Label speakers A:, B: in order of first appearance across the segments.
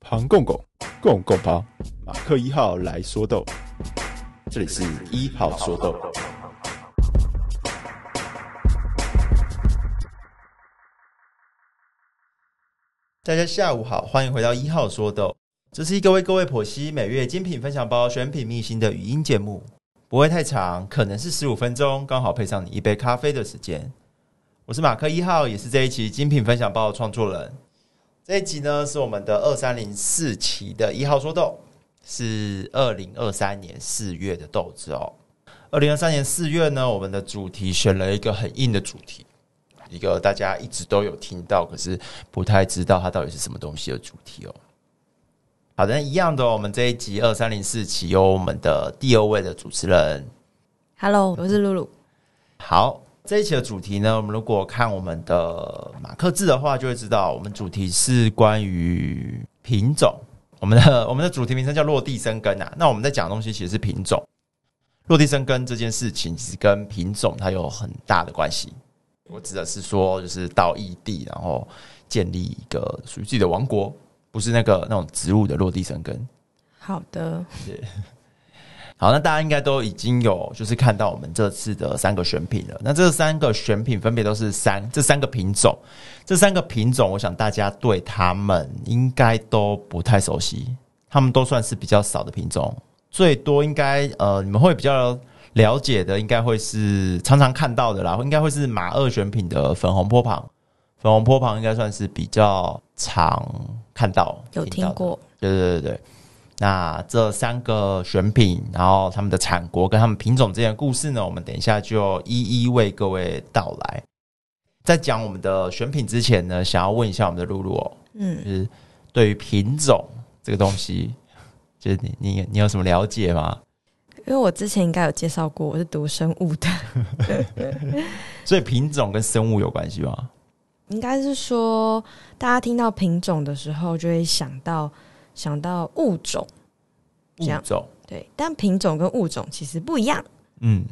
A: 庞公公，公公庞，马克一号来说豆，这里是一号说豆。
B: 大家下午好，欢迎回到一号说豆，这是一个为各位剖析每月精品分享包选品秘辛的语音节目，不会太长，可能是十五分钟，刚好配上你一杯咖啡的时间。我是马克一号，也是这一期精品分享包的创作人。这一集呢是我们的二三零四期的一号说豆，是二零二三年四月的豆子哦。二零二三年四月呢，我们的主题选了一个很硬的主题，一个大家一直都有听到，可是不太知道它到底是什么东西的主题哦。好的，一样的哦、我们这一集二三零四期有我们的第二位的主持人
C: Hello，我是露露。
B: 好，这一期的主题呢，我们如果看我们的马克字的话，就会知道我们主题是关于品种。我们的 我们的主题名称叫落地生根啊。那我们在讲的东西其实是品种，落地生根这件事情其实跟品种它有很大的关系。我指的是说，就是到异地，然后建立一个属于自己的王国，不是那个那种植物的落地生根。
C: 好的，
B: 好，那大家应该都已经有就是看到我们这次的三个选品了。那这三个选品分别都是三这三个品种，这三个品种，我想大家对它们应该都不太熟悉，它们都算是比较少的品种，最多应该呃你们会比较了解的，应该会是常常看到的啦，应该会是马二选品的粉红波旁，粉红波旁应该算是比较常看到
C: 有听
B: 到的
C: 过，
B: 对对对对。那这三个选品，然后他们的产国跟他们品种之间的故事呢，我们等一下就一一为各位道来。在讲我们的选品之前呢，想要问一下我们的露露哦，
C: 嗯，
B: 对于品种这个东西，就是你你你有什么了解吗？
C: 因为我之前应该有介绍过，我是读生物的，
B: 所以品种跟生物有关系吗？
C: 应该是说大家听到品种的时候就会想到想到物种，
B: 物
C: 这样
B: 种，
C: 对，但品种跟物种其实不一样，
B: 嗯，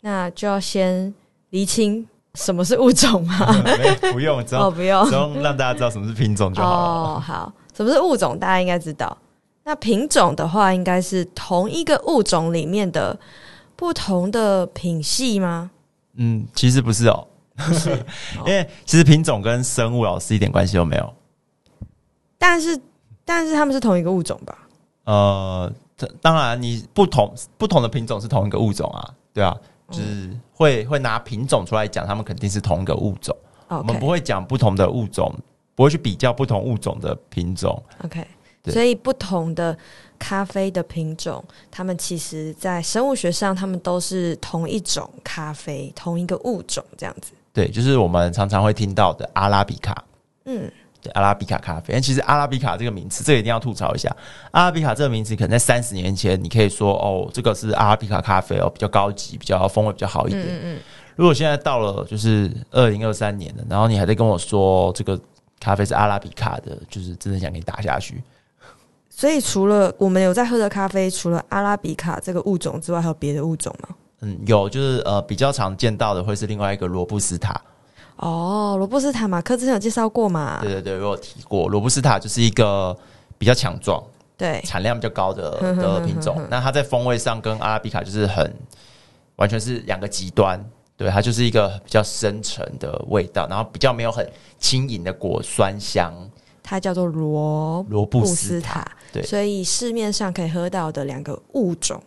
C: 那就要先厘清什么是物 种嘛。
B: 没不用，只
C: 哦，
B: 要
C: 不用
B: 只要让大家知道什么是品种就好了。
C: 哦，好，什么是物种？大家应该知道。那品种的话，应该是同一个物种里面的不同的品系吗？
B: 嗯，其实不是哦， 因为其实品种跟生物老哦师一点关系都没有。
C: 但是，但是他们是同一个物种吧？
B: 呃，这当然你不同不同的品种是同一个物种啊，对啊，就是会会拿品种出来讲，他们肯定是同一个物种。我们不
C: OK
B: 会讲不同的物种，不会去比较不同物种的品种。
C: OK，
B: 对
C: 所以不同的咖啡的品种，它们其实在生物学上，它们都是同一种咖啡，同一个物种这样子。
B: 对，就是我们常常会听到的阿拉比卡，
C: 嗯，
B: 对，阿拉比卡咖啡。哎但其实阿拉比卡这个名词，这个一定要吐槽一下。阿拉比卡这个名词，可能在三十年前，你可以说哦，这个是阿拉比卡咖啡哦，比较高级，比较风味比较好一点。如果现在到了就是二零二三年了，然后你还在跟我说这个咖啡是阿拉比卡的，就是真的想给你打下去。
C: 所以除了我们有在喝的咖啡，除了阿拉比卡这个物种之外，还有别的物种吗？
B: 嗯，有就是呃比较常见到的会是另外一个罗布斯塔，
C: 哦，罗布斯塔马克之前有介绍过嘛？
B: 对对对，我有提过，罗布斯塔就是一个比较强壮、
C: 对，
B: 产量比较高 的
C: 哼哼
B: 的品种。那它在风味上跟阿拉比卡就是很完全是两个极端，对，它就是一个比较深沉的味道，然后比较没有很轻盈的果酸香。
C: 它叫做罗
B: 罗布
C: 布
B: 斯
C: 斯
B: 塔，
C: 塔，
B: 对
C: 所以市面上可以喝到的两个物种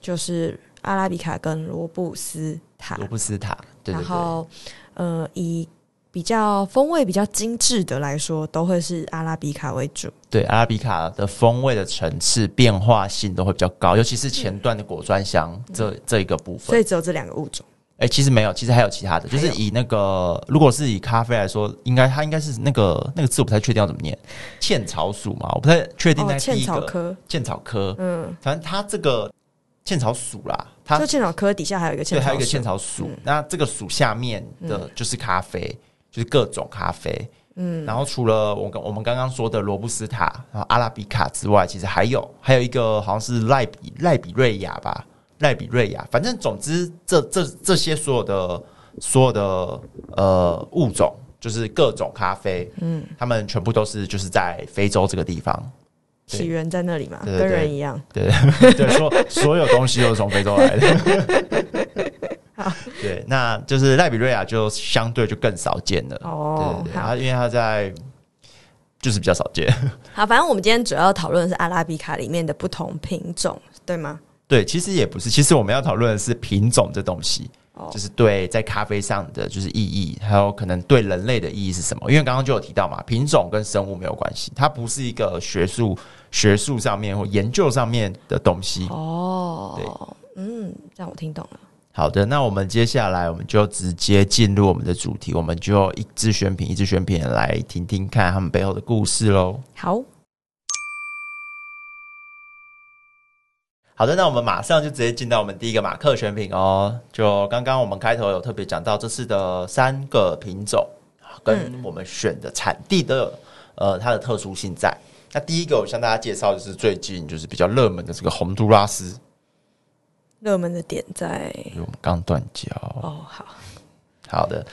C: 就是阿拉比卡跟罗布斯塔，
B: 罗布斯塔，对对
C: 啊然
B: 对。
C: 后呃，以比较风味比较精致的来说，都会是阿拉比卡为主。
B: 对阿拉比卡的风味的层次变化性都会比较高，尤其是前段的果酸香、这这一个部
C: 嗯所
B: 分。
C: 以只有这两个物种。
B: 哎、其实没有，其实还有其他的，就
C: 还
B: 是
C: 有
B: 以那个如果是以咖啡来说，应该它应该是那个那个字我不太确定要怎么念，茜草属嘛，我不太确定那
C: 哦，
B: 第
C: 茜
B: 一
C: 草
B: 个
C: 科，
B: 茜草科，
C: 嗯，
B: 反正它这个茜草属啦，它
C: 就茜草科底下还有一个茜
B: 对
C: 草，嗯
B: 还有一个茜，草属，那这个属下面的就是咖啡，就是各种咖啡。嗯，然后除了我刚我们刚刚说的罗布斯塔，然后阿拉比卡之外，其实还有还有一个好像是赖比赖比瑞亚吧，赖比瑞亚，反正总之这这这些所有的所有的呃物种就是各种咖啡，
C: 嗯，
B: 他们全部都是就是在非洲这个地方，对
C: 起源在那里嘛，
B: 对对
C: 跟
B: 对
C: 人一样。
B: 对对，说所有东西都是从非洲来的。 对，那就是赖比瑞亚就相对就更少见了。
C: 哦
B: 对对，对，啊
C: 好
B: 它因为它在就是比较少见。
C: 好，反正我们今天主要讨论的是阿拉比卡里面的不同品种，对吗？
B: 对，其实也不是，其实我们要讨论的是品种这东西，
C: 哦
B: 就是对在咖啡上的就是意义，还有可能对人类的意义是什么？因为刚刚就有提到嘛，品种跟生物没有关系，它不是一个学术学术上面或研究上面的东西。
C: 哦，嗯，这样我听懂了。
B: 好的，那我们接下来我们就直接进入我们的主题，我们就一支选品一支选品来听听看他们背后的故事喽。
C: 好，
B: 好的，那我们马上就直接进到我们第一个马克选品哦。就刚刚我们开头有特别讲到这次的三个品种，跟我们选的产地都有呃它的特殊性在。那第一个我向大家介绍就是最近就是比较热门的这个洪都拉斯，
C: 热门的点在
B: 因为我们刚断交。
C: 哦， 好，
B: 好的，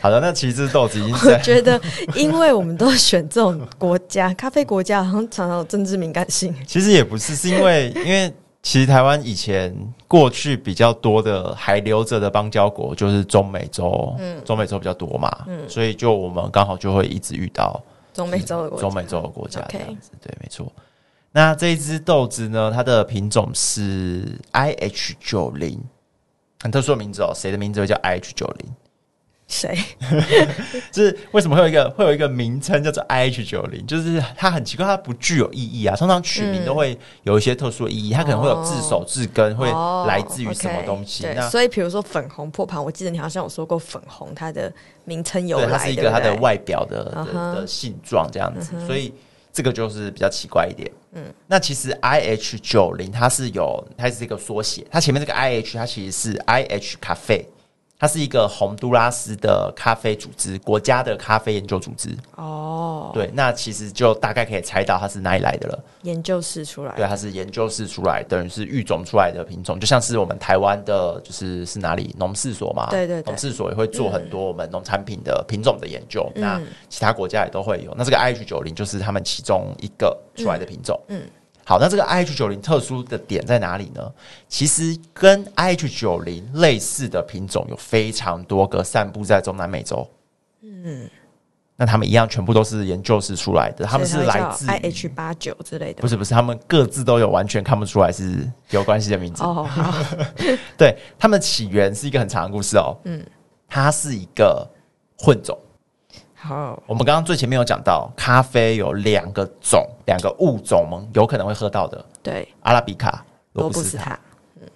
B: 好的，那其实这豆子已经在
C: 觉得因为我们都选这种国家，咖啡国家好像常常有政治敏感 性。
B: 其实也不是，是因为 因为其实台湾以前过去比较多的还留着的邦交国就是中美洲，
C: 嗯
B: 中美洲比较多嘛，所以就我们刚好就会一直遇到
C: 中美洲的国家，
B: 中美洲的国家这
C: OK
B: 样子，对，没错。那这一只豆子呢，它的品种是 IH 九零，很特殊的名字哦，谁的名字会叫 IH 九零？
C: 谁？
B: 就是为什么会有一个会有一个名称叫做 IH 九零，就是它很奇怪，它不具有意义啊。通常取名
C: 嗯
B: 都会有一些特殊的意义，它可能会有自首自根，会
C: 哦
B: 来自于什么
C: OK，
B: 东西。
C: 对，
B: 那
C: 所以比如说粉红破盘，我记得你好像有说过粉红它的名称由
B: 对，它
C: 来，
B: 是一
C: 对
B: 个
C: 不
B: 它的
C: 对
B: 外表的
C: 嗯
B: 的
C: 哼嗯
B: 的性状这样子，所以这个就是比较奇怪一点。嗯，那其实 IH 九零它是有，它是一个缩写，它前面这个 IH 它其实是 IH 咖啡。它是一个洪都拉斯的咖啡组织，国家的咖啡研究组织。
C: 哦，
B: 对，那其实就大概可以猜到它是哪里来的了。
C: 研究室出来
B: 对，啊它是研究室出来，等于是育种出来的品种，就像是我们台湾的，就是是哪里农试所嘛，
C: 对对嗯对
B: 农试所也会做很多我们农产品的品种的研究，那其他国家也都会有。那这个 IH 九零就是他们其中一个出来的品种，嗯。好，那这个 IH 九零特殊的点在哪里呢？其实跟 IH 九零类似的品种有非常多个，散布在中南美洲。
C: 嗯
B: 那他们一样全部都是研究室出来的，他们是
C: 所以它会
B: 来
C: 叫
B: 自
C: IH 八九之类的
B: 不。是不是，他们各自都有完全看不出来是有关系的名字。
C: 哦，好，
B: 对，他们起源是一个很长的故事哦。嗯，它是一个混种。
C: 好，
B: 我们刚刚最前面有讲到，咖啡有两个种、两个物种，我们有可能会喝到的
C: 对，
B: 阿拉比卡、罗
C: 罗
B: 布
C: 布
B: 斯
C: 斯
B: 塔。
C: 塔，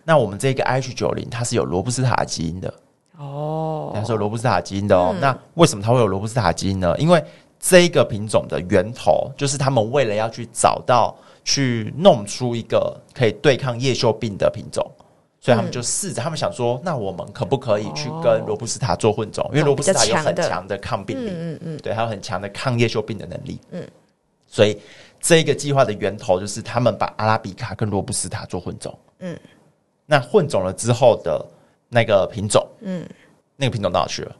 B: 那我们这个 H 九零，它是有罗布斯塔基因的。
C: 哦，嗯
B: 它是有罗布斯塔基因的哦。那为什么它会有罗布斯塔基因呢？因为这一个品种的源头，就是他们为了要去找到、去弄出一个可以对抗叶锈病的品种。所以他们就试着，
C: 嗯
B: 他们想说，那我们可不可以去跟罗布斯塔做混种？因为罗布斯塔有很
C: 哦比较强的
B: 强的抗病力，
C: 嗯嗯嗯，
B: 对，还有很强的抗叶锈病的能力。嗯，所以这个计划的源头就是他们把阿拉比卡跟罗布斯塔做混种。嗯，那混种了之后的那个品种，嗯，那个品种到哪去了？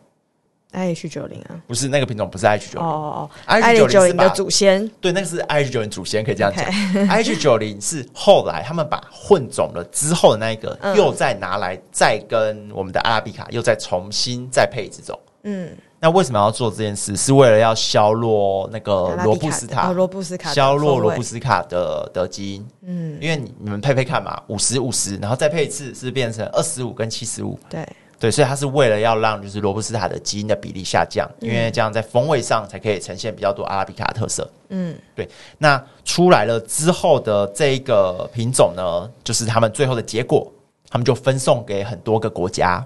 C: IH 九零啊，
B: 不是那个品种，不是 H 九
C: 哦
B: 零，
C: 哦哦
B: IH90
C: 90
B: 是
C: 的
B: 吧
C: 祖先，
B: 对，那个是 H 九零祖先，可以这样讲。H 九零是后来他们把混种了之后的那一个，
C: 嗯
B: 又再拿来再跟我们的阿拉比卡又再重新再配这种。
C: 嗯，
B: 那为什么要做这件事？是为了要削弱那个
C: 阿拉比
B: 罗布
C: 卡
B: 斯
C: 的
B: 塔
C: 哦，罗布斯卡的
B: 削弱
C: 风
B: 罗
C: 味
B: 布斯卡的的基因。嗯，因为你你们配配看嘛，五十五十，然后再配一次是变成二十五跟七十五。
C: 对，
B: 对，所以它是为了要让就是罗布斯塔的基因的比例下降，因为这样在风味上才可以呈现比较多阿拉比卡的特色。
C: 嗯，
B: 对。那出来了之后的这一个品种呢，就是他们最后的结果，他们就分送给很多个国家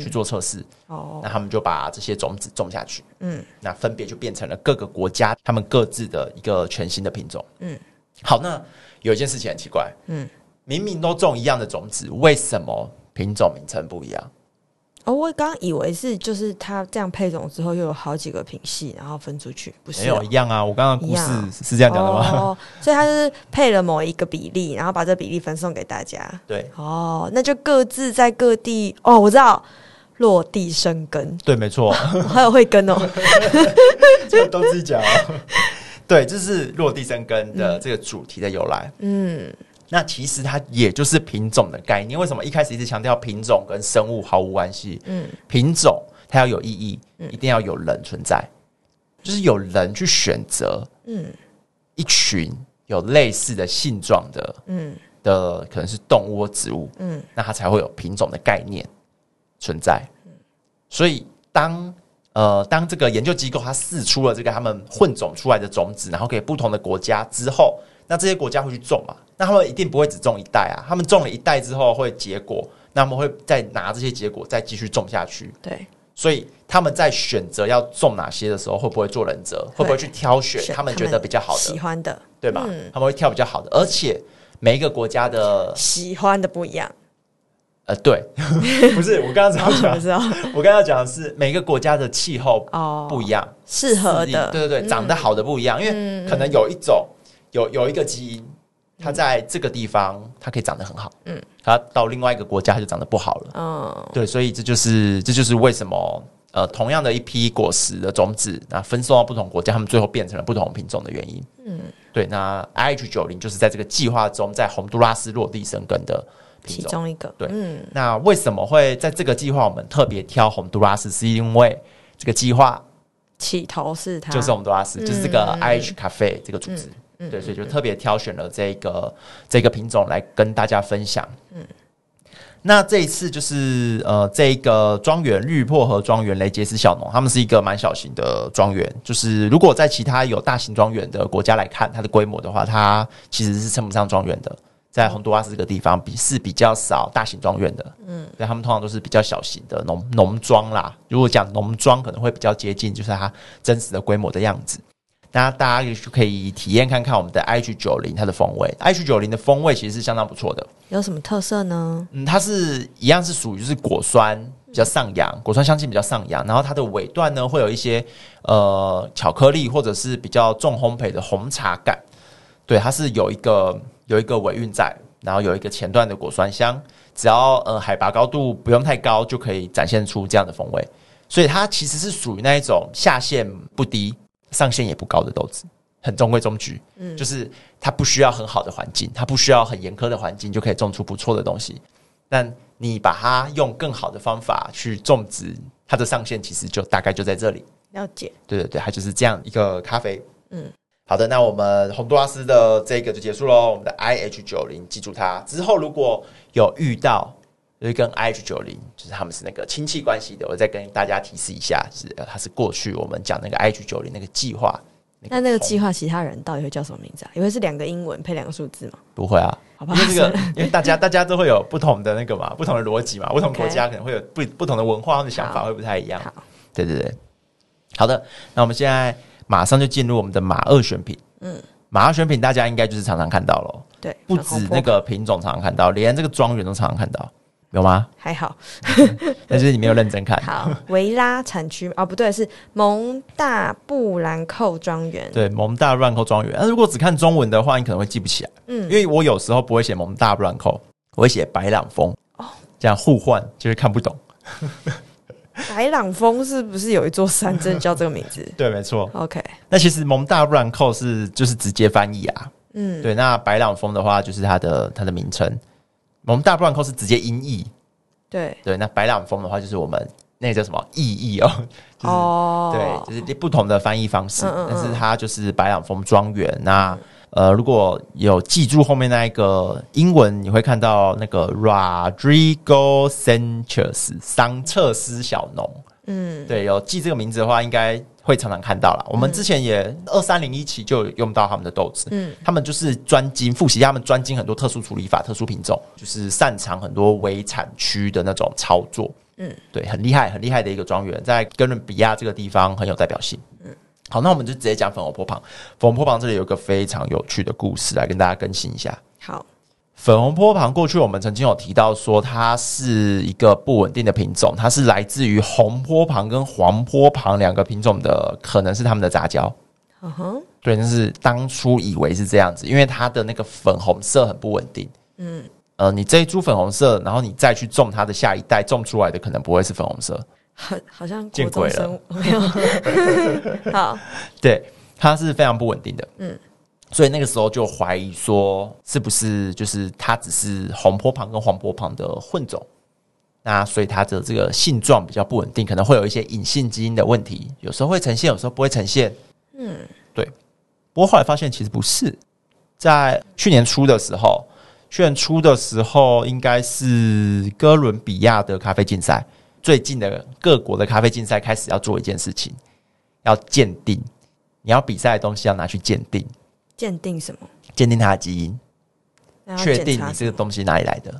B: 去做测试。
C: 哦，
B: 那他们就把这些种子种下去，嗯，那分别就变成了各个国家他们各自的一个全新的品种，嗯，好，那有一件事情很奇怪，嗯，明明都种一样的种子，为什么品种名称不一样？
C: 哦，我刚以为是就是它这样配种之后又有好几个品系，然后分出去，不
B: 没
C: 是、
B: 有
C: 哦
B: 一。样啊，我刚刚的
C: 一
B: 故
C: 样啊
B: 事是这样讲的吗？
C: 哦，所以它是配了某一个比例，然后把这比例分送给大家。
B: 对，
C: 哦，那就各自在各地。哦，我知道，落地生 根，
B: 对，没错，
C: 我还有慧 根哦。
B: 这都自己讲 哦。对，这是落地生根的这个主题的由来。
C: 嗯，
B: 那其实它也就是品种的概念。为什么一开始一直强调品种跟生物毫无关系？
C: 嗯，
B: 品种它要有意义，一定要有人存在，就是有人去选择，
C: 嗯
B: 一群有类似的性状的
C: 嗯
B: 的，可能是动物或植物，
C: 嗯
B: 那它才会有品种的概念存在。
C: 嗯
B: 所以当呃当这个研究机构它试出了这个他们混种出来的种子，然后给不同的国家之后，那这些国家会去种嘛？那他们一定不会只种一代啊，他们种了一代之后会结果，那他们会再拿这些结果再继续种下去。
C: 对，
B: 所以他们在选择要种哪些的时候，会不会做人择？会不会去挑选
C: 选
B: 他们觉得比较好的
C: 喜？欢的，
B: 对吧？
C: 嗯
B: 他们会挑比较好的，而且每一个国家的
C: 喜欢的不一 样，
B: 呃， 对，不是我刚刚
C: 我
B: 想讲
C: 不，知道
B: 我刚刚讲的是每个国家的气候
C: 哦，
B: 不一样，
C: 适合的，嗯
B: 对对对，长得好的不一样，因为可能有一种有有一个基因，它在这个地方它可以长得很好，嗯
C: 嗯，
B: 它到另外一个国家它就长得不好了，
C: 嗯
B: 对，所以这就是这就是为什么。呃，同样的一批果实的种子，那分送到不同国家，他们最后变成了不同品种的原因。
C: 嗯，
B: 对，那 IH 九零就是在这个计划中，在洪都拉斯落地生根的
C: 其
B: 品种。
C: 中一个，
B: 对
C: 嗯
B: 那为什么会在这个计划我们特别挑洪都拉斯？是因为这个计划
C: 起头是他，
B: 就是洪都拉斯，就是这个 IH 咖啡这个组织，
C: 啊嗯
B: 对，所以就特别挑选了这个这个品种来跟大家分享。嗯，那这一次就是呃，这个庄园绿薄荷庄园雷杰斯小农，他们是一个蛮小型的庄园，就是如果在其他有大型庄园的国家来看它的规模的话，它其实是称不上庄园的。在洪都拉斯这个地方比是比较少大型庄园的，嗯，所以他们通常都是比较小型的农农庄啦。如果讲农庄，可能会比较接近就是它真实的规模的样子。那大家也就可以体验看看我们的 IH 九零它的风味，IH 九零的风味其实是相当不错的。
C: 有什么特色呢？
B: 嗯，它是一样是属于就是果酸比较上扬，果酸香气比较上扬，然后它的尾段呢会有一些呃巧克力或者是比较重烘焙的红茶感，对，它是有一个有一个尾韵在，然后有一个前段的果酸香，只要呃海拔高度不用太高就可以展现出这样的风味，所以它其实是属于那一种下限不低、上限也不高的豆子，很中规中矩，嗯，就是它不需要很好的环境，它不需要很严苛的环境就可以种出不错的东西。但你把它用更好的方法去种植，它的上限其实就大概就在这里。
C: 了解，
B: 对对对，它就是这样一个咖啡。嗯，好的，那我们洪都拉斯的这个就结束喽。我们的 IH 九零，记住它之后，如果有遇到有一根 IH 九零，就是他们是那个亲戚关系的，我再跟大家提示一下，是呃它是过去我们讲那个 IH 九零那个计划。
C: 那那个
B: 同
C: 计划其他人到底会叫什么名字啊？因为是两个英文配两个数字嘛，
B: 不会啊，
C: 好吧
B: 因为这个，因为大 家大家都会有不同的那个嘛，不同的逻辑嘛，不同
C: OK
B: 国家可能会有不不同的文化，他们的想法
C: 好
B: 会不太一 样。
C: 好，
B: 对对对，好的，那我们现在马上就进入我们的马二选品。嗯
C: 嗯，
B: 马二选品大家应该就是常常看到咯，
C: 对，
B: 不
C: 粉红
B: 止
C: 波
B: 那个品种常常看到，连这个庄园都常常看到，有吗？
C: 还好，
B: 但是你没有认真看。
C: 好，维拉产区哦，不对，是蒙大布兰寇庄园。
B: 对，蒙大乱扣庄园。那、如果只看中文的话，你可能会记不起来，因
C: 嗯，
B: 为我有时候不会写蒙大乱扣，我会写白朗峰。
C: 哦
B: 这样互换就是看不懂。
C: 白朗峰是不是有一座山真的叫这个名 字
B: 对，没错。
C: ？OK，
B: 那其实蒙大乱扣是就是直接翻译啊，
C: 嗯，
B: 对，那白朗峰的话就是它的它的名称。我们大布朗扣是直接音译，
C: 对，
B: 对，那白朗峰的话就是我们那个叫什么意译哦，就是、
C: 哦，
B: 对，就是不同的翻译方式，
C: 嗯嗯嗯
B: 但是它就是白朗峰庄园。那呃，如果有记住后面那一个英文，你会看到那个 Rodrigo Sanchez 桑彻斯小农，
C: 嗯，
B: 对，有记这个名字的话，应该会常常看到啦。我们之前也二三零一期就有用到他们的豆子，嗯
C: 嗯，
B: 他们就是专精复习，他们专精很多特殊处理法、特殊品种，就是擅长很多围产区的那种操作，嗯
C: 嗯，
B: 对，很厉害，很厉害的一个庄园，在哥伦比亚这个地方很有代表性，嗯。好，那我们就直接讲粉红波旁。粉红波旁这里有一个非常有趣的故事来跟大家更新一下。
C: 好，
B: 粉红波旁过去我们曾经有提到说，它是一个不稳定的品种，它是来自于红波旁跟黄波旁两个品种的，可能是它们的杂交。
C: 嗯哼，
B: 对，但是当初以为是这样子，因为它的那个粉红色很不稳定。嗯，呃，你这一株粉红色，然后你再去种它的下一代，种出来的可能不会是粉红色，
C: 好，好像
B: 见
C: 国中
B: 鬼
C: 生 物没有。 好，
B: 对，它是非常不稳定的。
C: 嗯
B: 嗯，所以那个时候就怀疑说，是不是就是它只是红波旁跟黄波旁的混种？那所以它的这个性状比较不稳定，可能会有一些隐性基因的问题，有时候会呈现，有时候不会呈现。
C: 嗯，
B: 不过后来发现其实不是，在去年初的时候，去年初的时候应该是哥伦比亚的咖啡竞赛，最近的各国的咖啡竞赛开始要做一件事情，要鉴定，你要比赛的东西要拿去鉴定，
C: 鉴定什么？
B: 鉴定它的基因，
C: 然后
B: 确
C: 检
B: 定
C: 查
B: 你
C: 什
B: 这个
C: 么
B: 东西哪里来的，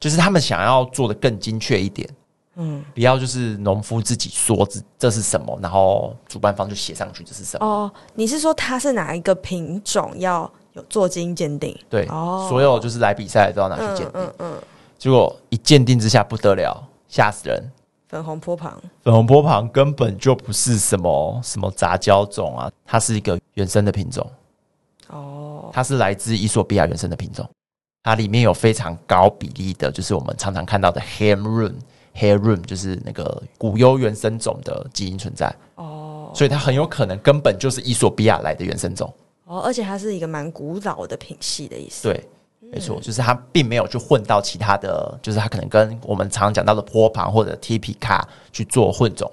B: 就是他们想要做的更精确一点。
C: 嗯，
B: 不要就是农夫自己说这这是什么，然后主办方就写上去这是什么，
C: 哦，你是说它是哪一个品种要有做基因鉴定？
B: 对，
C: 哦
B: 所有就是来比赛的都要拿去鉴定。
C: 嗯嗯嗯，
B: 结果一鉴定之下不得了，吓死人！
C: 粉红波旁，
B: 粉红波旁根本就不是什么什么杂交种啊，它是一个原生的品种，
C: 哦，
B: 它是来自伊索比亚原生的品种，它里面有非常高比例的，就是我们常常看到的 ham room。Hair room 就是那个古优原生种的基因存在，
C: 哦，
B: 所以它很有可能根本就是伊索比亚来的原生种。
C: 哦，而且它是一个蛮古老的品系的意思。
B: 对，没错，就是它并没有去混到其他的，就是它可能跟我们常讲到的波旁或者 T P 卡去做混种。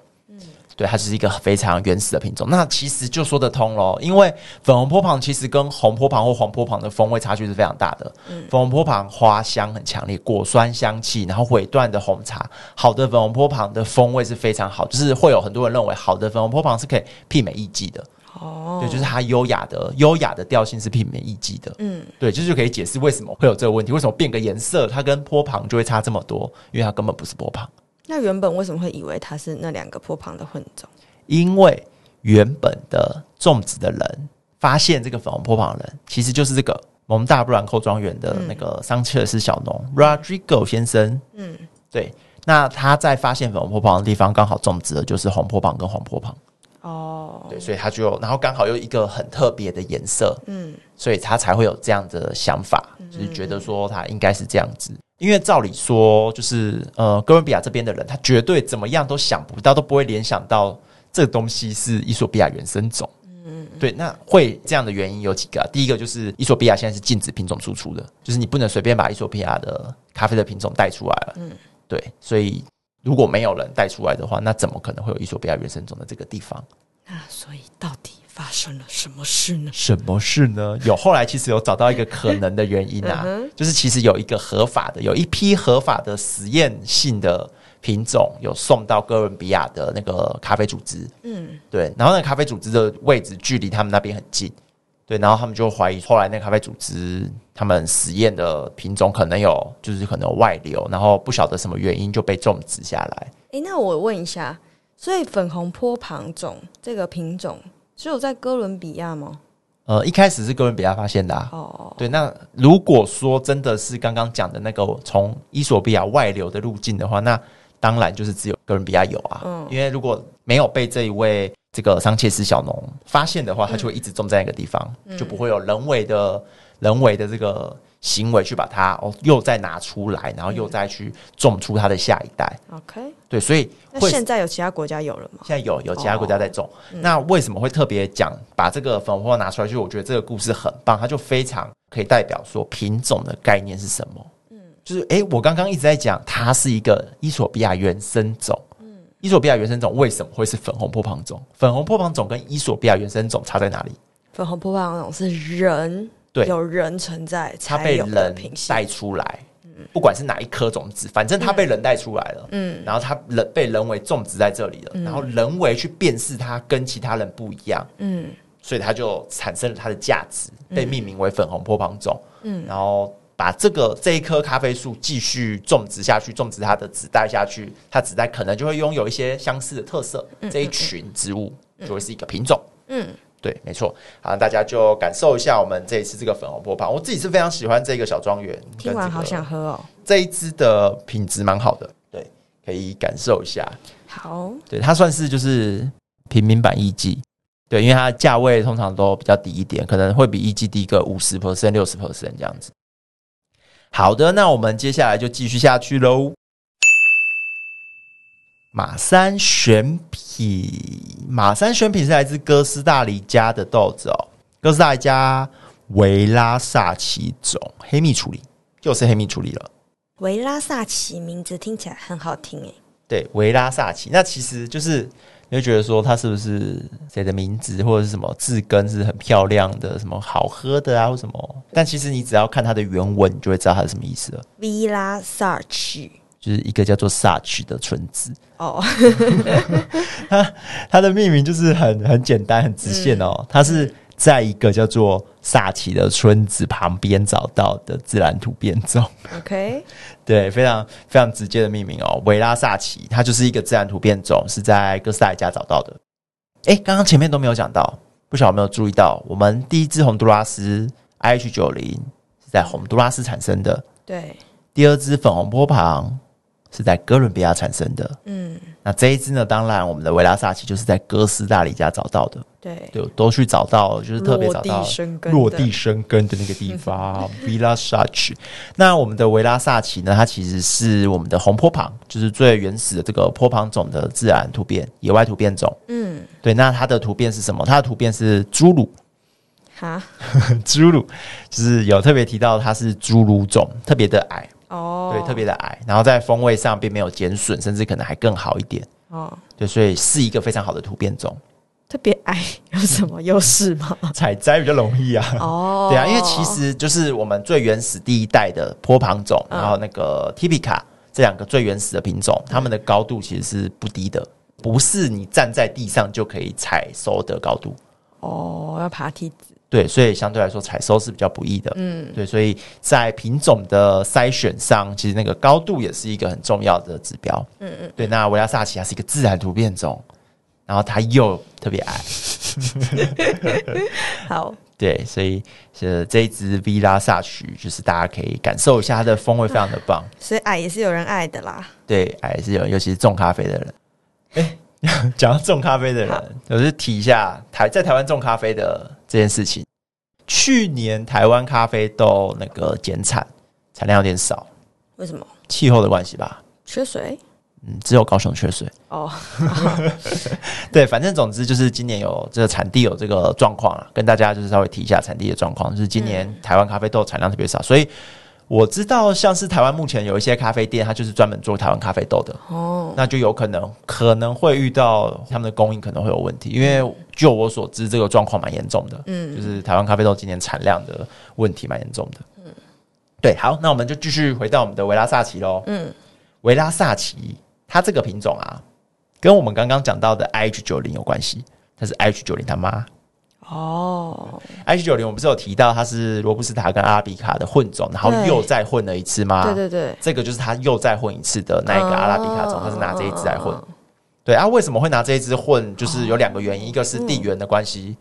B: 对，它就是一个非常原始的品种。那其实就说得通咯，因为粉红波旁其实跟红波旁或黄波旁的风味差距是非常大的。粉红波旁花香很强烈，果酸香气，然后尾段的红茶，好的粉红波旁的风味是非常好，就是会有很多人认为好的粉红波旁是可以媲美艺妓的。
C: 哦，
B: 对，就是它优雅的优雅的调性是媲美艺妓的。
C: 嗯，
B: 对，这就可以解释为什么会有这个问题，为什么变个颜色，它跟波旁就会差这么多，因为它根本不是波旁，
C: 那原本为什么会以为它是那两个波旁的混种？
B: 因为原本的种植的人发现这个粉红波旁的人，其实就是这个蒙大布兰蔻庄园的那个桑切尔斯小农、Rodrigo 先生，
C: 嗯，
B: 对。那他在发现粉红波旁的地方，刚好种植的就是红波旁跟黄波旁，
C: 哦，
B: 对，所以他就，然后刚好又一个很特别的颜色，
C: 嗯，
B: 所以他才会有这样的想法，就是觉得说他应该是这样子。因为照理说，就是呃，哥伦比亚这边的人，他绝对怎么样都想不到，都不会联想到这个东西是伊索比亚原生种。嗯，对，那会这样的原因有几个、啊？第一个就是伊索比亚现在是禁止品种输出的，就是你不能随便把伊索比亚的咖啡的品种带出来了。嗯，对，所以如果没有人带出来的话，那怎么可能会有伊索比亚原生种的这个地方？
C: 那所以到底发生了什么事呢？
B: 什么事呢？有后来其实有找到一个可能的原因啊，就是其实有一个合法的，有一批合法的实验性的品种有送到哥伦比亚的那个咖啡组织，
C: 嗯，
B: 对，然后那个咖啡组织的位置距离他们那边很近，对，然后他们就怀疑后来那个咖啡组织他们实验的品种可能有就是可能有外流，然后不晓得什么原因就被种植下来，
C: 诶，那我问一下，所以粉红波旁种这个品种只有在哥伦比亚吗？
B: 呃，一开始是哥伦比亚发现的、啊，
C: 哦，
B: 对，那如果说真的是刚刚讲的那个从伊索比亚外流的路径的话，那当然就是只有哥伦比亚有啊，
C: 嗯
B: 因为如果没有被这一位这个桑切斯小农发现
C: 嗯
B: 的话，他就会一直种在那个地方，就不会有人为的人为的这个行为去把它哦又再拿出来，然后
C: 嗯
B: 又再去种出它的下一代。
C: ，OK。
B: 对，所以
C: 那
B: 会
C: 现在有其他国家有了吗？
B: 现在有有其他国家在种。那为什么会特别讲把这个粉红泡拿出来？就是我觉得这个故事很棒，它就非常可以代表说品种的概念是什么。就是诶，我刚刚一直在讲，它是一个伊索比亚原生种。伊索比亚原生种为什么会是粉红破旁种？粉红破旁种跟伊索比亚原生种差在哪里？
C: 粉红波旁种是人，
B: 对
C: 有人存在
B: 它
C: 才
B: 被
C: 有的
B: 人
C: 品系。
B: 带出来，不管是哪一颗种子，反正它被人带出来了。
C: 嗯
B: 然后它人被人为种植在这里了，然后人为去辨识它跟其他人不一样，
C: 嗯，
B: 所以它就产生了它的价值，被命名为粉红波旁种。
C: 嗯
B: 嗯，然后把这个这一棵咖啡树继续种植下去，种植它的子代下去，它子代可能就会拥有一些相似的特色。这一群植物就会是一个品种。
C: 嗯
B: 嗯。对，没错，好，大家就感受一下我们这一次这个粉红波旁。我自己是非常喜欢这个小庄园，
C: 听
B: 跟
C: 完
B: 这个
C: 好想喝哦。
B: 这一支的品质蛮好的，对，可以感受一下。
C: 好，
B: 对，它算是就是平民版艺妓，对，因为它的价位通常都比较低一点，可能会比艺妓低个五十 percent、六十 percent 这样子。好的，那我们接下来就继续下去喽。马三选品，马三选品是来自哥斯达黎加的豆子哦，哥斯达黎加维拉萨奇种黑蜜处理，又是黑蜜处理了。
C: 维拉萨奇名字听起来很好听诶，
B: 对，维拉萨奇，那其实就是你会觉得说它是不是谁的名字或者是什么字根是很漂亮的，什么好喝的啊，或什么？但其实你只要看它的原文，你就会知道它是什么意思了，
C: 维拉萨奇
B: 就是一个叫做萨奇的村子，
C: 哦，
B: 它的命名就是很很简单、很直线哦，它是。在一个叫做萨奇的村子旁边找到的自然突变种，
C: OK，
B: 对，非常非常直接的命名哦。维拉萨奇，它就是一个自然突变种，是在哥斯达黎加找到的。诶，刚刚前面都没有讲到，不晓得有没有注意到，我们第一支洪都拉斯 IH 九零是在洪都拉斯产生的，
C: 对，
B: 第二支粉红波旁是在哥伦比亚产生的。
C: 嗯，
B: 那这一支呢，当然我们的维拉萨奇就是在哥斯达黎加找到的，
C: 对，
B: 对，都去找到了，就是特别找
C: 落
B: 到
C: 地生根的，
B: 落地生根的那个地 方 v i l a s a c h 那我们的维拉萨奇呢，它其实是我们的红坡旁，就是最原始的这个坡旁种的自然突变、野外突变种。
C: 嗯，
B: 对，那它的突变是什么？它的突变是侏 儒，
C: 哈，
B: 侏儒就是有特别提到它是侏儒种，特别的矮，
C: 哦，
B: 对，特别的矮，然后在风味上并没有减损，甚至可能还更好一点。
C: 哦，
B: 对，所以是一个非常好的突变种，
C: 特别矮，有什么优势吗？
B: 采摘比较容易啊。
C: 哦，
B: 对啊，因为其实就是我们最原始第一代的坡旁种，
C: 嗯
B: 然后那个 Tipica 这两个最原始的品种，它们的高度其实是不低的，不是你站在地上就可以采收的高度。
C: 哦，要爬梯子，
B: 对，所以相对来说采收是比较不易的。
C: 嗯，
B: 对，所以在品种的筛选上，其实那个高度也是一个很重要的指标。嗯嗯，对。那维拉萨奇它是一个自然突变种，然后它又特别矮，
C: 好，
B: 对，所以呃这一支 V 拉萨曲就是大家可以感受一下它的风味非常的棒。
C: 所以矮也是有人爱的啦。
B: 对，矮是有，尤其是种咖啡的人。哎、 讲到种咖啡的人，我是提一下台在台湾种咖啡的这件事情。去年台湾咖啡豆那个减产，产量有点少，
C: 为什么？
B: 气候的关系吧。
C: 缺水？
B: 嗯，只有高雄缺水。
C: 哦，
B: 对，反正总之就是今年有这个产地有这个状况啊，跟大家就是稍微提一下产地的状况，就是今年台湾咖啡豆产量特别少，所以我知道像是台湾目前有一些咖啡店，它就是专门做台湾咖啡豆的，
C: 哦，
B: 那就有可能可能会遇到他们的供应可能会有问题，因为就我所知，这个状况蛮严重的，
C: 嗯
B: 就是台湾咖啡豆今年产量的问题蛮严重的，嗯，对，好，那我们就继续回到我们的维拉萨奇喽，
C: 嗯，
B: 维拉萨奇它这个品种啊，跟我们刚刚讲到的 IH 九零有关系，它是 IH 九零他妈
C: 哦，
B: ，IH 九零我们不是有提到它是罗布斯塔跟阿拉比卡的混种，然后
C: 对
B: 又再混了一次吗？
C: 对对对，
B: 这个就是它又再混一次的那
C: 哦
B: 一个阿拉比卡种，它是拿这一支来混。对啊，为什么会拿这一支混？就是有两个原因，一个是地缘的关系，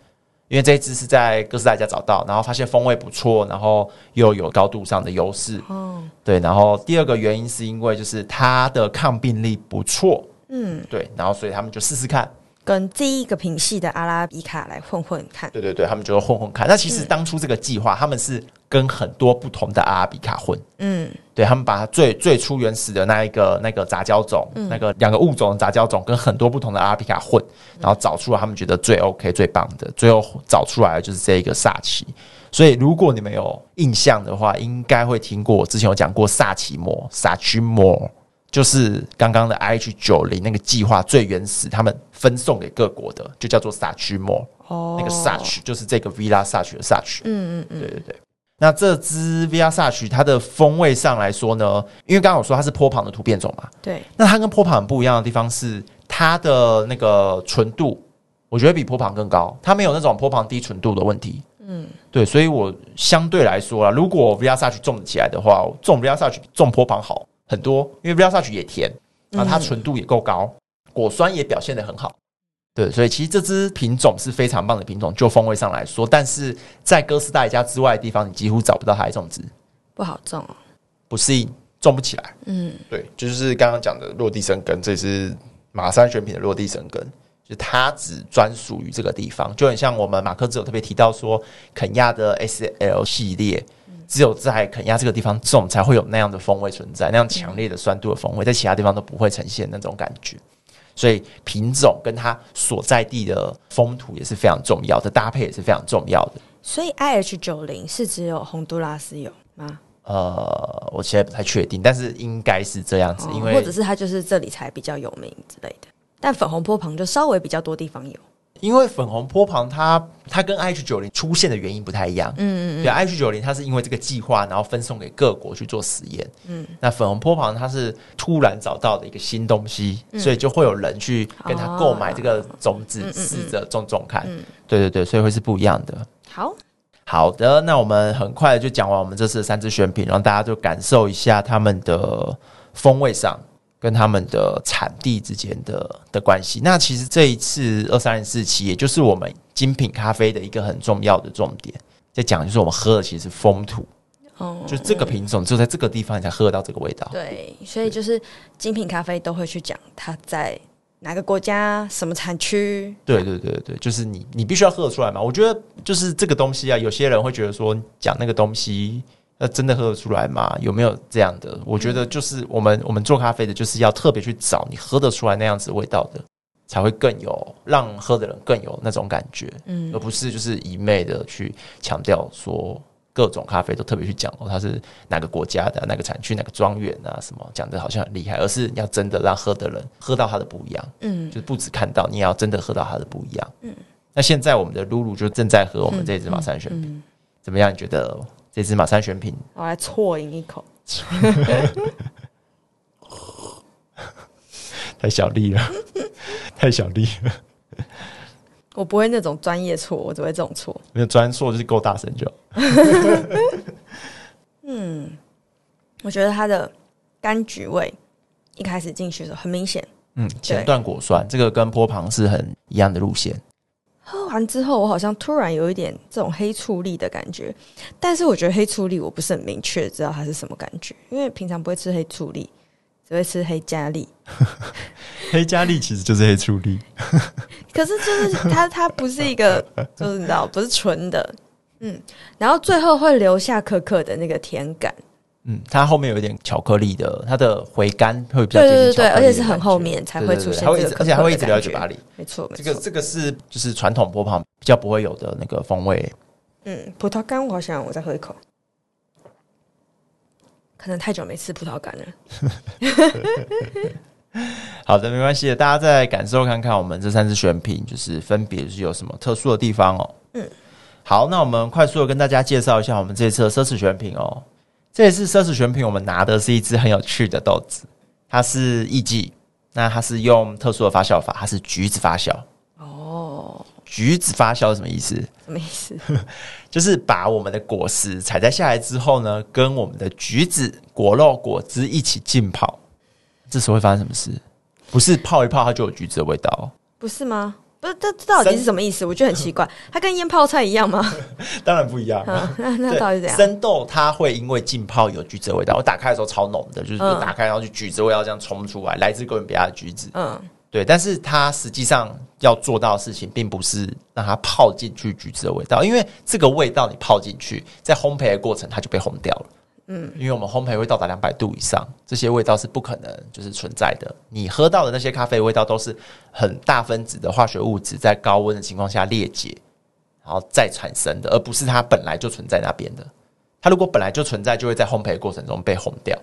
B: 因为这一支是在哥斯达黎加找到，然后发现风味不错，然后又有高度上的优势。
C: 哦，
B: 对，然后第二个原因是因为就是它的抗病力不错，
C: 嗯，
B: 对，然后所以他们就试试看，
C: 跟第一个品系的阿拉比卡来混混看。
B: 对对对，他们就混混看。那其实当初这个计划，他们是跟很多不同的阿拉比卡混，
C: 嗯，
B: 对他们把最最初原始的那一个那个杂交种，那个两个物种的杂交种跟很多不同的阿拉比卡混，然后找出来他们觉得最 OK 最棒的，最后找出来的就是这一个萨奇。所以如果你们有印象的话，应该会听过我之前有讲过萨奇摩萨奇摩。就是刚刚的 IH 九零那个计划最原始，他们分送给各国的就叫做萨区摩，
C: 哦，
B: 那个萨曲就是这个 Villa 萨曲的萨曲，
C: 嗯嗯嗯，
B: 对对对。那这支 VR 萨曲，它的风味上来说呢，因为刚刚我说它是坡旁的突变种嘛，
C: 对，
B: 那它跟坡旁很不一样的地方是它的那个纯度，我觉得比坡旁更高，它没有那种坡旁低纯度的问题。
C: 嗯，
B: 对，所以我相对来说啊，如果 VR 萨曲种得起来的话，种 VR 萨曲种坡旁好很多，因为 VR 萨曲也甜，
C: 啊
B: 然后
C: 嗯
B: 它纯度也够高，果酸也表现得很好。对，所以其实这支品种是非常棒的品种，就风味上来说，但是在哥斯达黎加之外的地方，你几乎找不到它来种植，
C: 不好种哦。
B: 不适应，种不起来。
C: 嗯，
B: 对，就是刚刚讲的落地生根，这是马三选品的落地生根，就是它只专属于这个地方，就很像我们马克志有特别提到说，肯亚的 S L 系列只有在肯亚这个地方种，才会有那样的风味存在，那样强烈的酸度的风味，在其他地方都不会呈现那种感觉。所以品种跟它所在地的风土也是非常重要的，搭配也是非常重要的。
C: 所以 IH 九零是只有洪都拉斯有吗？
B: 呃，我现在不太确定，但是应该是这样子，因为
C: 哦或者是它就是这里才比较有名之类的。但粉红坡旁就稍微比较多地方有，
B: 因为粉红坡旁它它跟 IH 九零出现的原因不太一样。
C: 嗯嗯
B: 对，IH 九零它是因为这个计划，然后分送给各国去做实验。
C: 嗯
B: 嗯，那粉红坡旁它是突然找到的一个新东西，所以就会有人去跟他购买这个种
C: 哦嗯
B: 子，
C: 嗯嗯
B: 试着种种看。
C: 嗯
B: 对对对，所以会是不一样的。
C: 好，
B: 好的，那我们很快就讲完我们这次的三支选品，让大家就感受一下他们的风味上跟他们的产地之间的的关系。那其实这一次二三零四期，也就是我们精品咖啡的一个很重要的重点，在讲就是我们喝的其实是风土，
C: 哦、
B: 就这个品种只有在这个地方你才喝得到这个味道。
C: 对，所以就是精品咖啡都会去讲它在哪个国家、什么产区，
B: 对对对对，就是你你必须要喝得出来嘛。我觉得就是这个东西啊，有些人会觉得说讲那个东西，那真的喝得出来吗？有没有这样的？我觉得就是我们我们做咖啡的，就是要特别去找你喝得出来那样子的味道的，才会更有让喝的人更有那种感觉，
C: 嗯
B: 而不是就是一昧的去强调说。各种咖啡都特别去讲哦，它是哪个国家的、哪个产区、哪个庄园啊，什么讲的好像很厉害，而是你要真的让喝的人喝到它的不一样。
C: 嗯
B: 就是不止看到，你也要真的喝到它的不一样。嗯，那现在我们的露露就正在喝我们这支马三选品，
C: 嗯，
B: 怎么样？你觉得这支马三选品
C: 我来啜饮一口，
A: 太小力 了，太小力了，
C: 我不会那种专业错，我只会这种错。
B: 没有专硕就是够大声就好。
C: 嗯我觉得它的柑橘味一开始进去的时候很明显，
B: 嗯，前段果酸这个跟波旁是很一样的路线。
C: 喝完之后我好像突然有一点这种黑醋栗的感觉，但是我觉得黑醋栗我不是很明确知道它是什么感觉，因为平常不会吃黑醋栗，只会吃黑加栗。
A: 黑加力其实就是黑醋栗，
C: 可是就是它，它不是一个，就是你知道，不是纯的，嗯，然后最后会留下可可的那个甜感，
B: 嗯，它后面有一点巧克力的，它的回甘会比较接近
C: 对对对
B: 巧克
C: 对，
B: 力的
C: 而且是很
B: 感觉
C: 后，面才会出现
B: 对对对它会一直
C: 这个
B: 而
C: 可可的感觉，
B: 且它会一直留在嘴巴里。
C: 没错没
B: 这个
C: 错，
B: 这个是就是传统波旁比较不会有的那个风味。
C: 嗯，葡萄干我好想我再喝一口，可能太久没吃葡萄干了，
B: 好的，没关系的，大家再感受看看我们这三支选品，就是分别是有什么特殊的地方哦。
C: 嗯
B: 嗯，好，那我们快速的跟大家介绍一下我们这一次的奢侈选品哦。这一次奢侈选品，我们拿的是一支很有趣的豆子，它是艺妓，那它是用特殊的发酵法，它是橘子发酵。
C: 哦，
B: 橘子发酵是什么意思？
C: 什么意思？
B: 就是把我们的果实采摘下来之后呢，跟我们的橘子、果肉、果汁一起浸泡。这时候会发生什么事？不是泡一泡它就有橘子的味道哦、
C: 不是吗？不是，这这到底是什么意思？我觉得很奇怪，
B: 嗯
C: 它跟腌泡菜一样吗？
B: 当然不一样。
C: 啊， 那那
B: 对
C: 到底是怎样？
B: 生豆它会因为浸泡有橘子的味道，我打开的时候超浓的，就是
C: 嗯
B: 打开然后就橘子味道这样冲出来，来自哥伦比亚的橘子。
C: 嗯，
B: 对，但是它实际上要做到的事情，并不是让它泡进去橘子的味道，因为这个味道你泡进去，在烘焙的过程它就被烘掉了。嗯，因为我们烘焙会到达两百度以上，这些味道是不可能就是存在的。你喝到的那些咖啡味道都是很大分子的化学物质在高温的情况下裂解，然后再产生的，而不是它本来就存在那边的。它如果本来就存在，就会在烘焙的过程中被烘掉。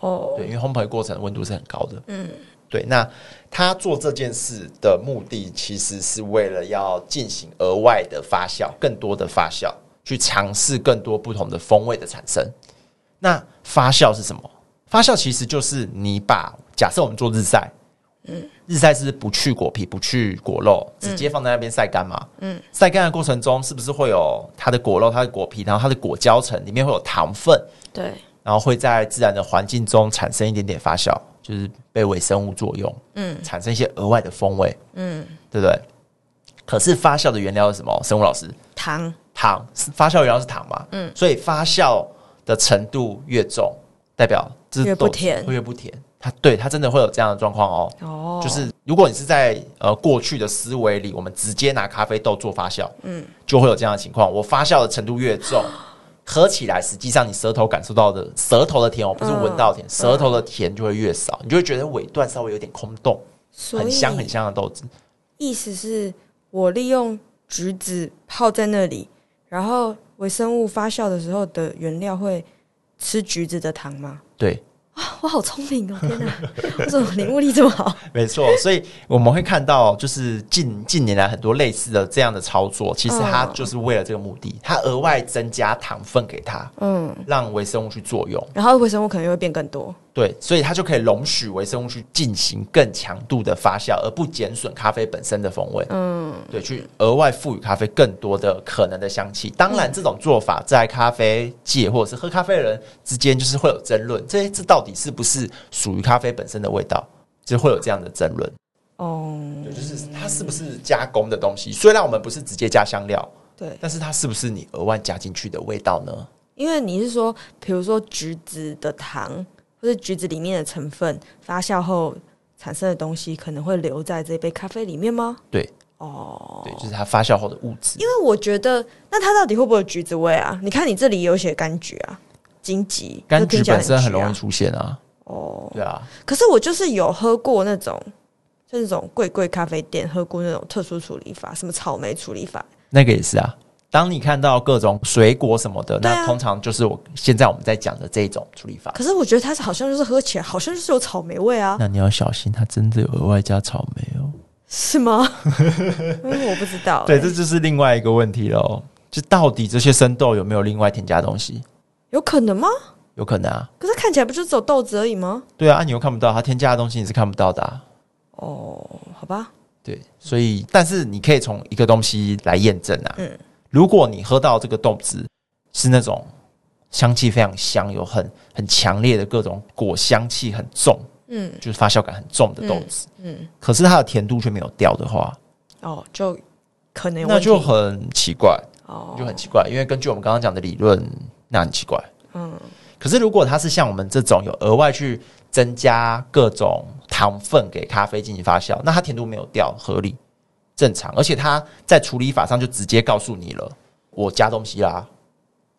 C: 哦，
B: 对，因为烘焙过程温度是很高的。嗯，对。那他做这件事的目的，其实是为了要进行额外的发酵，更多的发酵，去尝试更多不同的风味的产生。那发酵是什么？发酵其实就是你把假设我们做日晒，嗯，日晒是不去果皮、不去果肉，直接放在那边晒干嘛？嗯，晒干的过程中，是不是会有它的果肉、它的果皮，然后它的果胶层里面会有糖分？
C: 对，
B: 然后会在自然的环境中产生一点点发酵，就是被微生物作用，嗯，产生一些额外的风味，嗯，对不对？可是发酵的原料是什么？生物老师，
C: 糖，
B: 糖，是发酵原料是糖嘛，嗯，所以发酵的程度越重，代表这
C: 越
B: 豆
C: 不
B: 子
C: 甜
B: 会越不甜。它对它真的会有这样的状况哦，
C: 哦，
B: 就是如果你是在呃过去的思维 里，我们直接拿咖啡豆做发酵，嗯，就会有这样的情况。我发酵的程度越重，喝起来实际上你舌头感受到的舌头的甜哦，不是闻到的
C: 嗯
B: 甜，舌头的甜就会越少，你就会觉得尾段稍微有点空洞，
C: 所以
B: 很香很香的豆子。
C: 意思是我利用橘子泡在那里，然后微生物发酵的时候的原料会吃橘子的糖吗？
B: 对，
C: 啊， 我好聪明哦！天 哪，我怎么领悟力这么好？
B: 没错，所以我们会看到，就是近近年来很多类似的这样的操作，其实它
C: 嗯
B: 就是为了这个目的，它额外增加糖分给它，
C: 嗯，
B: 让微生物去作用。
C: 然后微生物可能又会变更多。
B: 对，所以它就可以容许微生物去进行更强度的发酵，而不减损咖啡本身的风味。
C: 嗯，
B: 对，去额外赋予咖啡更多的可能的香气。当然，这种做法在咖啡界或者是喝咖啡的人之间，就是会有争论，这这到底是不是属于咖啡本身的味道，就会有这样的争论。
C: 哦，
B: 对，就是它是不是加工的东西？虽然我们不是直接加香料，
C: 对，
B: 但是它是不是你额外加进去的味道呢？
C: 因为你是说，比如说橘子的糖或者橘子里面的成分发酵后产生的东西，可能会留在这杯咖啡里面吗？
B: 对，
C: 哦，
B: 对，就是它发酵后的物质。
C: 因为我觉得，那它到底会不会有橘子味啊？你看你这里有写柑橘啊，荆棘，
B: 柑
C: 就听
B: 橘
C: 起来
B: 本身很容易
C: 橘啊
B: 出现啊，
C: 哦。
B: 对啊，
C: 可是我就是有喝过那种，就那种贵贵咖啡店喝过那种特殊处理法，什么草莓处理法，
B: 那个也是啊。当你看到各种水果什么的，
C: 对啊
B: 那通常就是我现在我们在讲的这一种处理法。
C: 可是我觉得它是好像就是喝起来好像就是有草莓味啊，
B: 那你要小心，它真的有额外加草莓哦。
C: 是吗？嗯，我不知道、
B: 对，
C: 欸
B: 这就是另外一个问题喽。就到底这些生豆有没有另外添加东西？
C: 有可能吗？
B: 有可能啊，
C: 可是看起来不就是走豆子而已吗？
B: 对啊，啊你又看不到它添加的东西，你是看不到的、啊。
C: 哦，好吧，
B: 对，所以但是你可以从一个东西来验证啊。
C: 嗯
B: 如果你喝到这个豆子是那种香气非常香，有很很强烈的各种果香气很重，
C: 嗯
B: 就是发酵感很重的豆子，
C: 嗯，
B: 可是它的甜度却没有掉的话，
C: 哦，就可能有
B: 那
C: 问题
B: 就很奇怪，
C: 哦
B: 就很奇怪。因为根据我们刚刚讲的理论，那很奇怪。
C: 嗯
B: 可是如果它是像我们这种有额外去增加各种糖分给咖啡进行发酵，那它甜度没有掉，合理正常，而且它在处理法上就直接告诉你了，我加东西啦，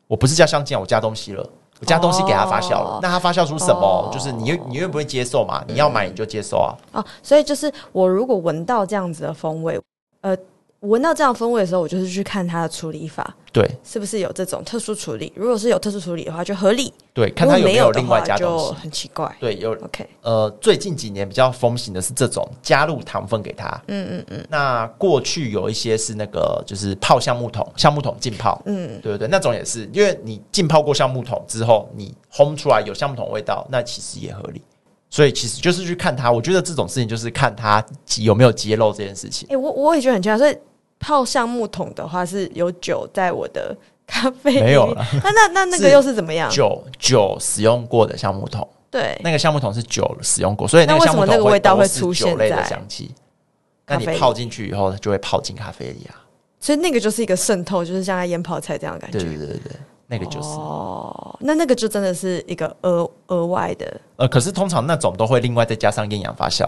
B: 我不是加香精啊，我加东西了。我加东西给它发酵了，
C: 哦
B: 那它发酵出什么？
C: 哦
B: 就是你愿你愿不愿意接受嘛？你要买你就接受啊。
C: 哦，所以就是我如果闻到这样子的风味，呃，闻到这样风味的时候，我就是去看它的处理法
B: 对
C: 是不是有这种特殊处理。如果是有特殊处理的话，就合理；
B: 对，看它
C: 如
B: 有
C: 果
B: 没
C: 有的
B: 另外
C: 话
B: 加东
C: 就
B: 西。
C: 很奇怪。
B: 对，有
C: OK，
B: 呃，最近几年比较风行的是这种加入糖分给它。
C: 嗯嗯嗯
B: 那过去有一些是那个就是泡橡木桶，橡木桶浸泡，
C: 嗯，
B: 对不对？那种也是，因为你浸泡过橡木桶之后，你烘出来有橡木桶味道，那其实也合理。所以其实就是去看它，我觉得这种事情就是看它有没有揭露这件事情
C: 哎、。我我也觉得很奇怪。所以泡橡木桶的话是有酒在我的咖啡里
B: 没有
C: 面
B: 啦
C: 那那那那个
B: 是
C: 又是怎么样？
B: 酒酒使用过的橡木桶，
C: 对，
B: 那个橡木桶是酒使用过，所以
C: 那
B: 个
C: 为
B: 橡
C: 什
B: 木
C: 么
B: 桶
C: 那个味道
B: 都
C: 会
B: 是
C: 出
B: 酒
C: 现
B: 类的
C: 在
B: 香气？
C: 咖
B: 那
C: 啡
B: 你
C: 里
B: 泡进去以后，它就会泡进咖啡里啊。
C: 所以那个就是一个渗透，就是像在腌泡菜这样的感
B: 对
C: 觉。
B: 对对对对，那个就是。
C: 哦，那那个就真的是一个额额外的
B: 呃，可是通常那种都会另外再加上厌氧发酵，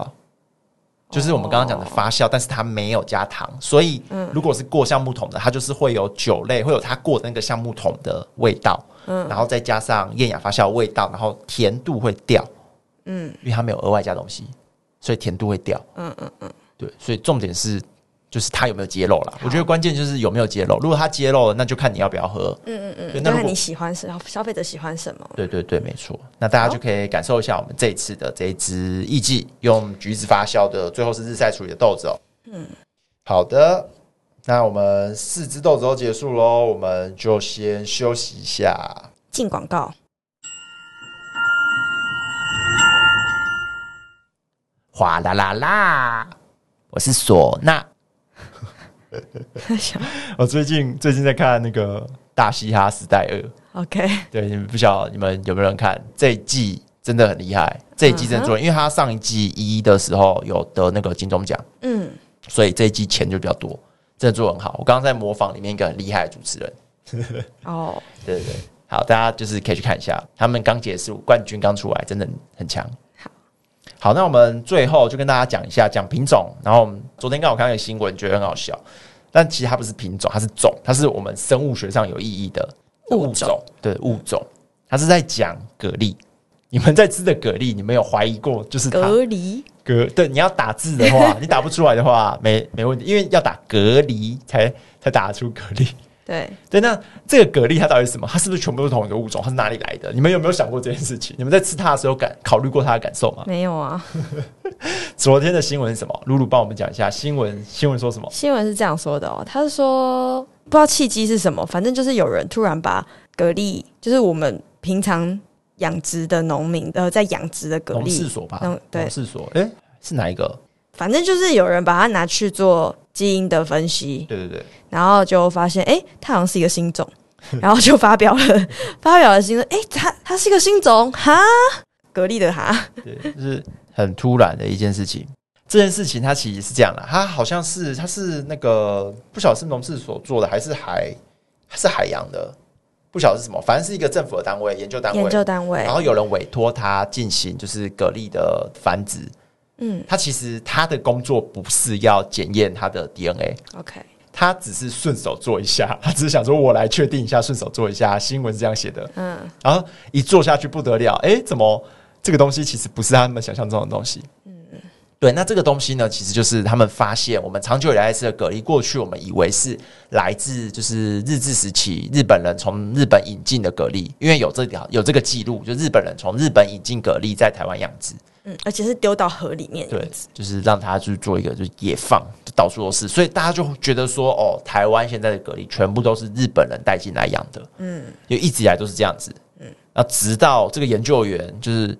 B: 就是我们刚刚讲的发酵，但是它没有加糖，所以如果是过橡木桶的，它就是会有酒类，会有它过的那个橡木桶的味道，然后再加上厌氧发酵的味道，然后甜度会掉，嗯，因为它没有额外加东西，所以甜度会掉，嗯嗯嗯，对，所以重点是。就是它有没有揭露啦？我觉得关键就是有没有揭露。如果它揭露了，那就看你要不要喝。嗯嗯嗯。
C: 就
B: 那如
C: 看
B: 果
C: 你喜欢什么，消费者喜欢什么。
B: 对对对，没错。那大家就可以感受一下我们这一次的这一支艺伎，用橘子发酵的，最后是日晒处理的豆子哦。嗯，好的。那我们四支豆子都结束喽，我们就先休息一下。
C: 进广告，
B: 哗啦啦啦，我是唢呐。我最近最近在看那个《大嘻哈时代二》，
C: OK，
B: 对，你们不晓得你们有没有人看这一季？真的很厉害，这一季真的做，因为他上一季一的时候有得那个金钟奖，
C: 嗯，
B: 所以这一季钱就比较多，真的做得很好。我刚刚在模仿里面一个很厉害的主持人，
C: 哦，
B: 对对对，好，大家就是可以去看一下，他们刚结束冠军刚出来，真的很强。
C: 好，
B: 好，那我们最后就跟大家讲一下讲品种，然后我们昨天刚好看到一个新闻，觉得很好笑，但其实它不是品种，它是种，它是我们生物学上有意义的
C: 物
B: 物
C: 种
B: 种，对物种，它是在讲蛤蜊。你们在吃的蛤蜊，你们有怀疑过就是它
C: 隔离
B: 隔对，你要打字的话，你打不出来的话，没没问题，因为要打隔离才才打得出蛤蜊。
C: 对，
B: 对，那这个蛤蜊它到底是什么？它是不是全部都是同一个物种？它是哪里来的？你们有没有想过这件事情？你们在吃它的时候感考虑过它的感受吗？
C: 没有啊。
B: 昨天的新闻是什么？露露帮我们讲一下新闻。新闻说什么？
C: 新闻是这样说的哦，他是说不知道契机是什么，反正就是有人突然把蛤蜊，就是我们平常养殖的农民呃在养殖的蛤
B: 农事
C: 蜊，
B: 所吧？
C: 农对
B: 农事所。哎、是哪一个？
C: 反正就是有人把它拿去做基因的分析，
B: 对对对，
C: 然后就发现诶，它好像是一个新种， 然后就发表了 发表了新闻，诶，它它是一个新种哈，蛤蜊的哈，
B: 对，就是很突然的一件事情。这件事情它其实是这样的，它好像是它是那个不晓得是农事所做的，还是海还是海洋的，不晓得是什么，反正是一个政府的单位研究单
C: 研
B: 位，
C: 究单位
B: 然，后有人委托他进行就是蛤蜊的繁殖。
C: 嗯
B: 他其实他的工作不是要检验它的 DNA，
C: ，OK，
B: 他只是顺手做一下， 他只是想说我来确定一下，顺手做一下。新闻是这样写的，
C: 嗯，
B: 然后一做下去不得了，诶，怎么这个东西其实不是他们想象中的东西？嗯，对。那这个东西呢，其实就是他们发现我们长久以来吃的蛤蜊，过去我们以为是来自就是日治时期日本人从日本引进的蛤蜊，因为有这条有这个记录，就日本人从日本引进蛤蜊在台湾养殖。
C: 嗯，而且是丢到河里面，
B: 对，就是让它去做一个就是野放，就到处都是，所以大家就觉得说，哦，台湾现在的蛤蜊全部都是日本人带进来养的，嗯，就一直以来都是这样子，嗯，那直到这个研究员就是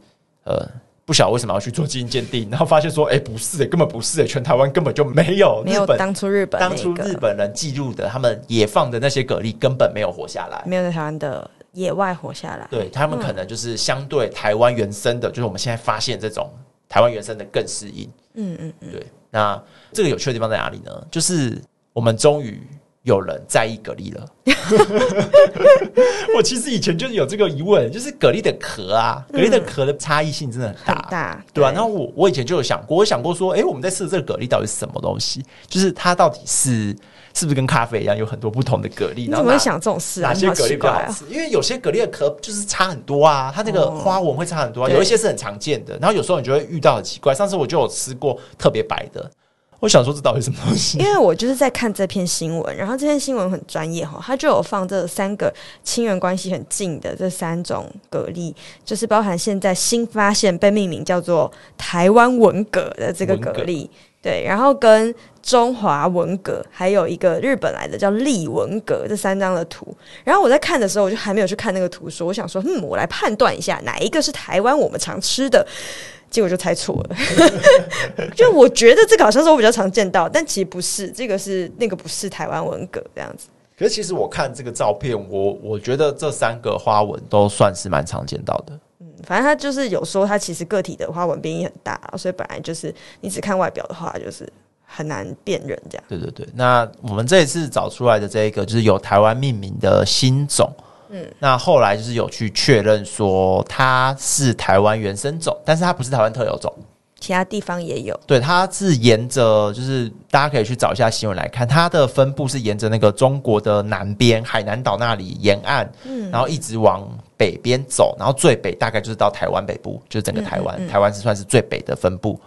B: 呃。不晓得为什么要去做基因鉴定，然后发现说，哎、不是、根本不是、全台湾根本就没有
C: 没有
B: 日本
C: 当初日本
B: 当
C: 那
B: 初
C: 个
B: 日本人记录的他们野放的那些蛤蜊根本没有活下来，
C: 没有在台湾的野外活下来。
B: 对他们可能就是相对台湾原生的，就是我们现在发现这种台湾原生的更适应，
C: 嗯嗯嗯，
B: 对，那这个有趣的地方在哪里呢？就是我们终于有人在意蛤 蜊了。我其实以前就是有这个疑问，就是蛤蜊的壳啊，蛤蜊的壳的差异性真的很
C: 嗯很
B: 大，
C: 大，
B: 对啊，然后我我以前就有想过，我想过说，诶，我们在吃的这个蛤蜊到底是什么东西？就是它到底是是不是跟咖啡一样有很多不同的蛤蜊？
C: 你
B: 然
C: 怎
B: 后
C: 么
B: 哪
C: 会想这种事啊？
B: 哪
C: 你
B: 些
C: 好
B: 蛤蜊
C: 奇
B: 比较
C: 怪
B: 好
C: 啊？
B: 吃？因为有些蛤蜊的壳就是差很多啊，它那个
C: 哦
B: 花纹会差很多啊。
C: 对
B: 有一些是很常见的，然后有时候你就会遇到很奇怪。上次我就有吃过特别白的，我想说这到底什么东西
C: 因？为我就是在看这篇新闻，然后这篇新闻很专业哈，它就有放这三个亲缘关系很近的这三种蛤蜊，就是包含现在新发现被命名叫做台湾文蛤的这个
B: 文
C: 蛤
B: 蛤
C: 蜊，对，然后跟中华文蛤，还有一个日本来的叫立文蛤，这三张的图。然后我在看的时候，我就还没有去看那个图说，我想说，嗯，我来判断一下哪一个是台湾我们常吃的，结果就猜错了。 就我觉得这个好像是我比较常见到，但其实不是，这个是那个不是台湾文蛤这样子。
B: 可是其实我看这个照片，我我觉得这三个花纹都算是蛮常见到的。
C: 嗯反正它就是有说，它其实个体的花纹变异很大，所以本来就是你只看外表的话，就是很难辨认这样。
B: 对对对，那我们这一次找出来的这一个就是由台湾命名的新种，嗯，那后来就是有去确认说它是台湾原生种，但是它不是台湾特有种。
C: 其他地方也有，
B: 对，它是沿着，就是大家可以去找一下新闻来看，它的分布是沿着那个中国的南边海南岛那里沿岸，
C: 嗯
B: 然后一直往北边走，然后最北大概就是到台湾北部，就是整个台
C: 嗯
B: 湾，台湾是算是最北的分布。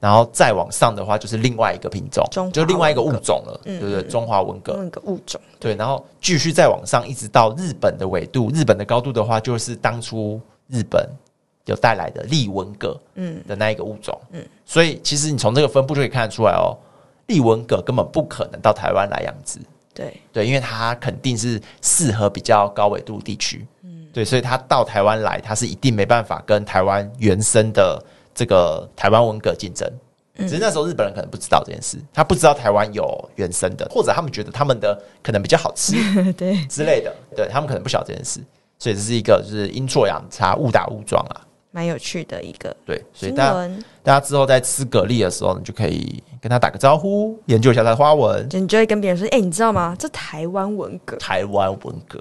B: 然后再往上的话，就是另外一个品种
C: 中华，
B: 就另外一个物
C: 文嗯
B: 种了，对不对？中华文革，
C: 那个物种
B: 对，然后继续再往上，一直到日本的纬度，日本的高度的话，就是当初日本有带来的利文蛤，嗯，的那一个物种，嗯，所以其实你从这个分布就可以看得出来哦，利文蛤根本不可能到台湾来养殖，
C: 对，
B: 对，因为它肯定是适合比较高纬度地区，嗯，对，所以它到台湾来，它是一定没办法跟台湾原生的这个台湾文蛤竞争。
C: 嗯
B: 只是那时候日本人可能不知道这件事，他不知道台湾有原生的，或者他们觉得他们的可能比较好吃，
C: 对，
B: 之类的，对他们可能不晓得这件事，所以这是一个就是阴错阳差、误打误撞啊。
C: 蛮有趣的一个
B: 对，所以
C: 新
B: 大家
C: 闻，
B: 大家之后在吃蛤蜊的时候，你就可以跟他打个招呼，研究一下它的花纹。
C: 就你就会跟别人说：“哎、你知道吗？这台湾文蛤
B: 台湾文蛤，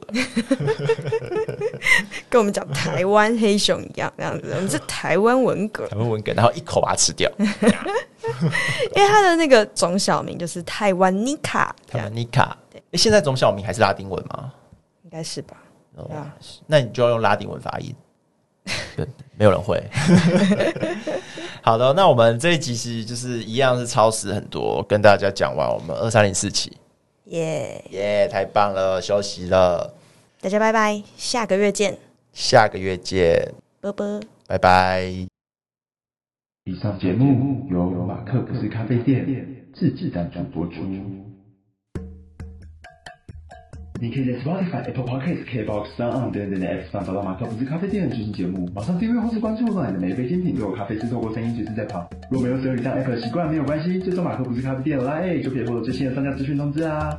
C: 跟我们讲台湾黑熊一样，那样子，我们是台湾文 蛤，
B: 台湾文蛤，然后一口把它吃 掉。
C: 因为它的那个种小名就是台湾尼卡，这
B: 台
C: 样
B: 湾尼卡，诶现在总小名还是拉丁文吗？
C: 应该是吧？
B: 哦
C: 对啊
B: 那你就要用拉丁文发 音。对，没有人会。 好的，那我们这一集其实就是一样是超时很多，跟大家讲完我们二三零四期，
C: 耶
B: 耶、太棒了，休息了，
C: 大家拜拜，下个月见，
B: 下个月见，
C: 啵啵。
B: 拜拜。
D: 以上节目由马克不是咖啡店自制赞助播出。你可以在 Spotify、Apple Podcasts、KBox、s o u n 等等的 App 上找到马克不是咖啡店的最新节目。马上订阅或是关注，让你的每一杯精品都有咖啡是透过声音随时在旁。哎如果没有使用以上 App 的习惯没有关系，追踪马克不是咖啡店的 Line 就可以获得最新的商家资讯通知啊。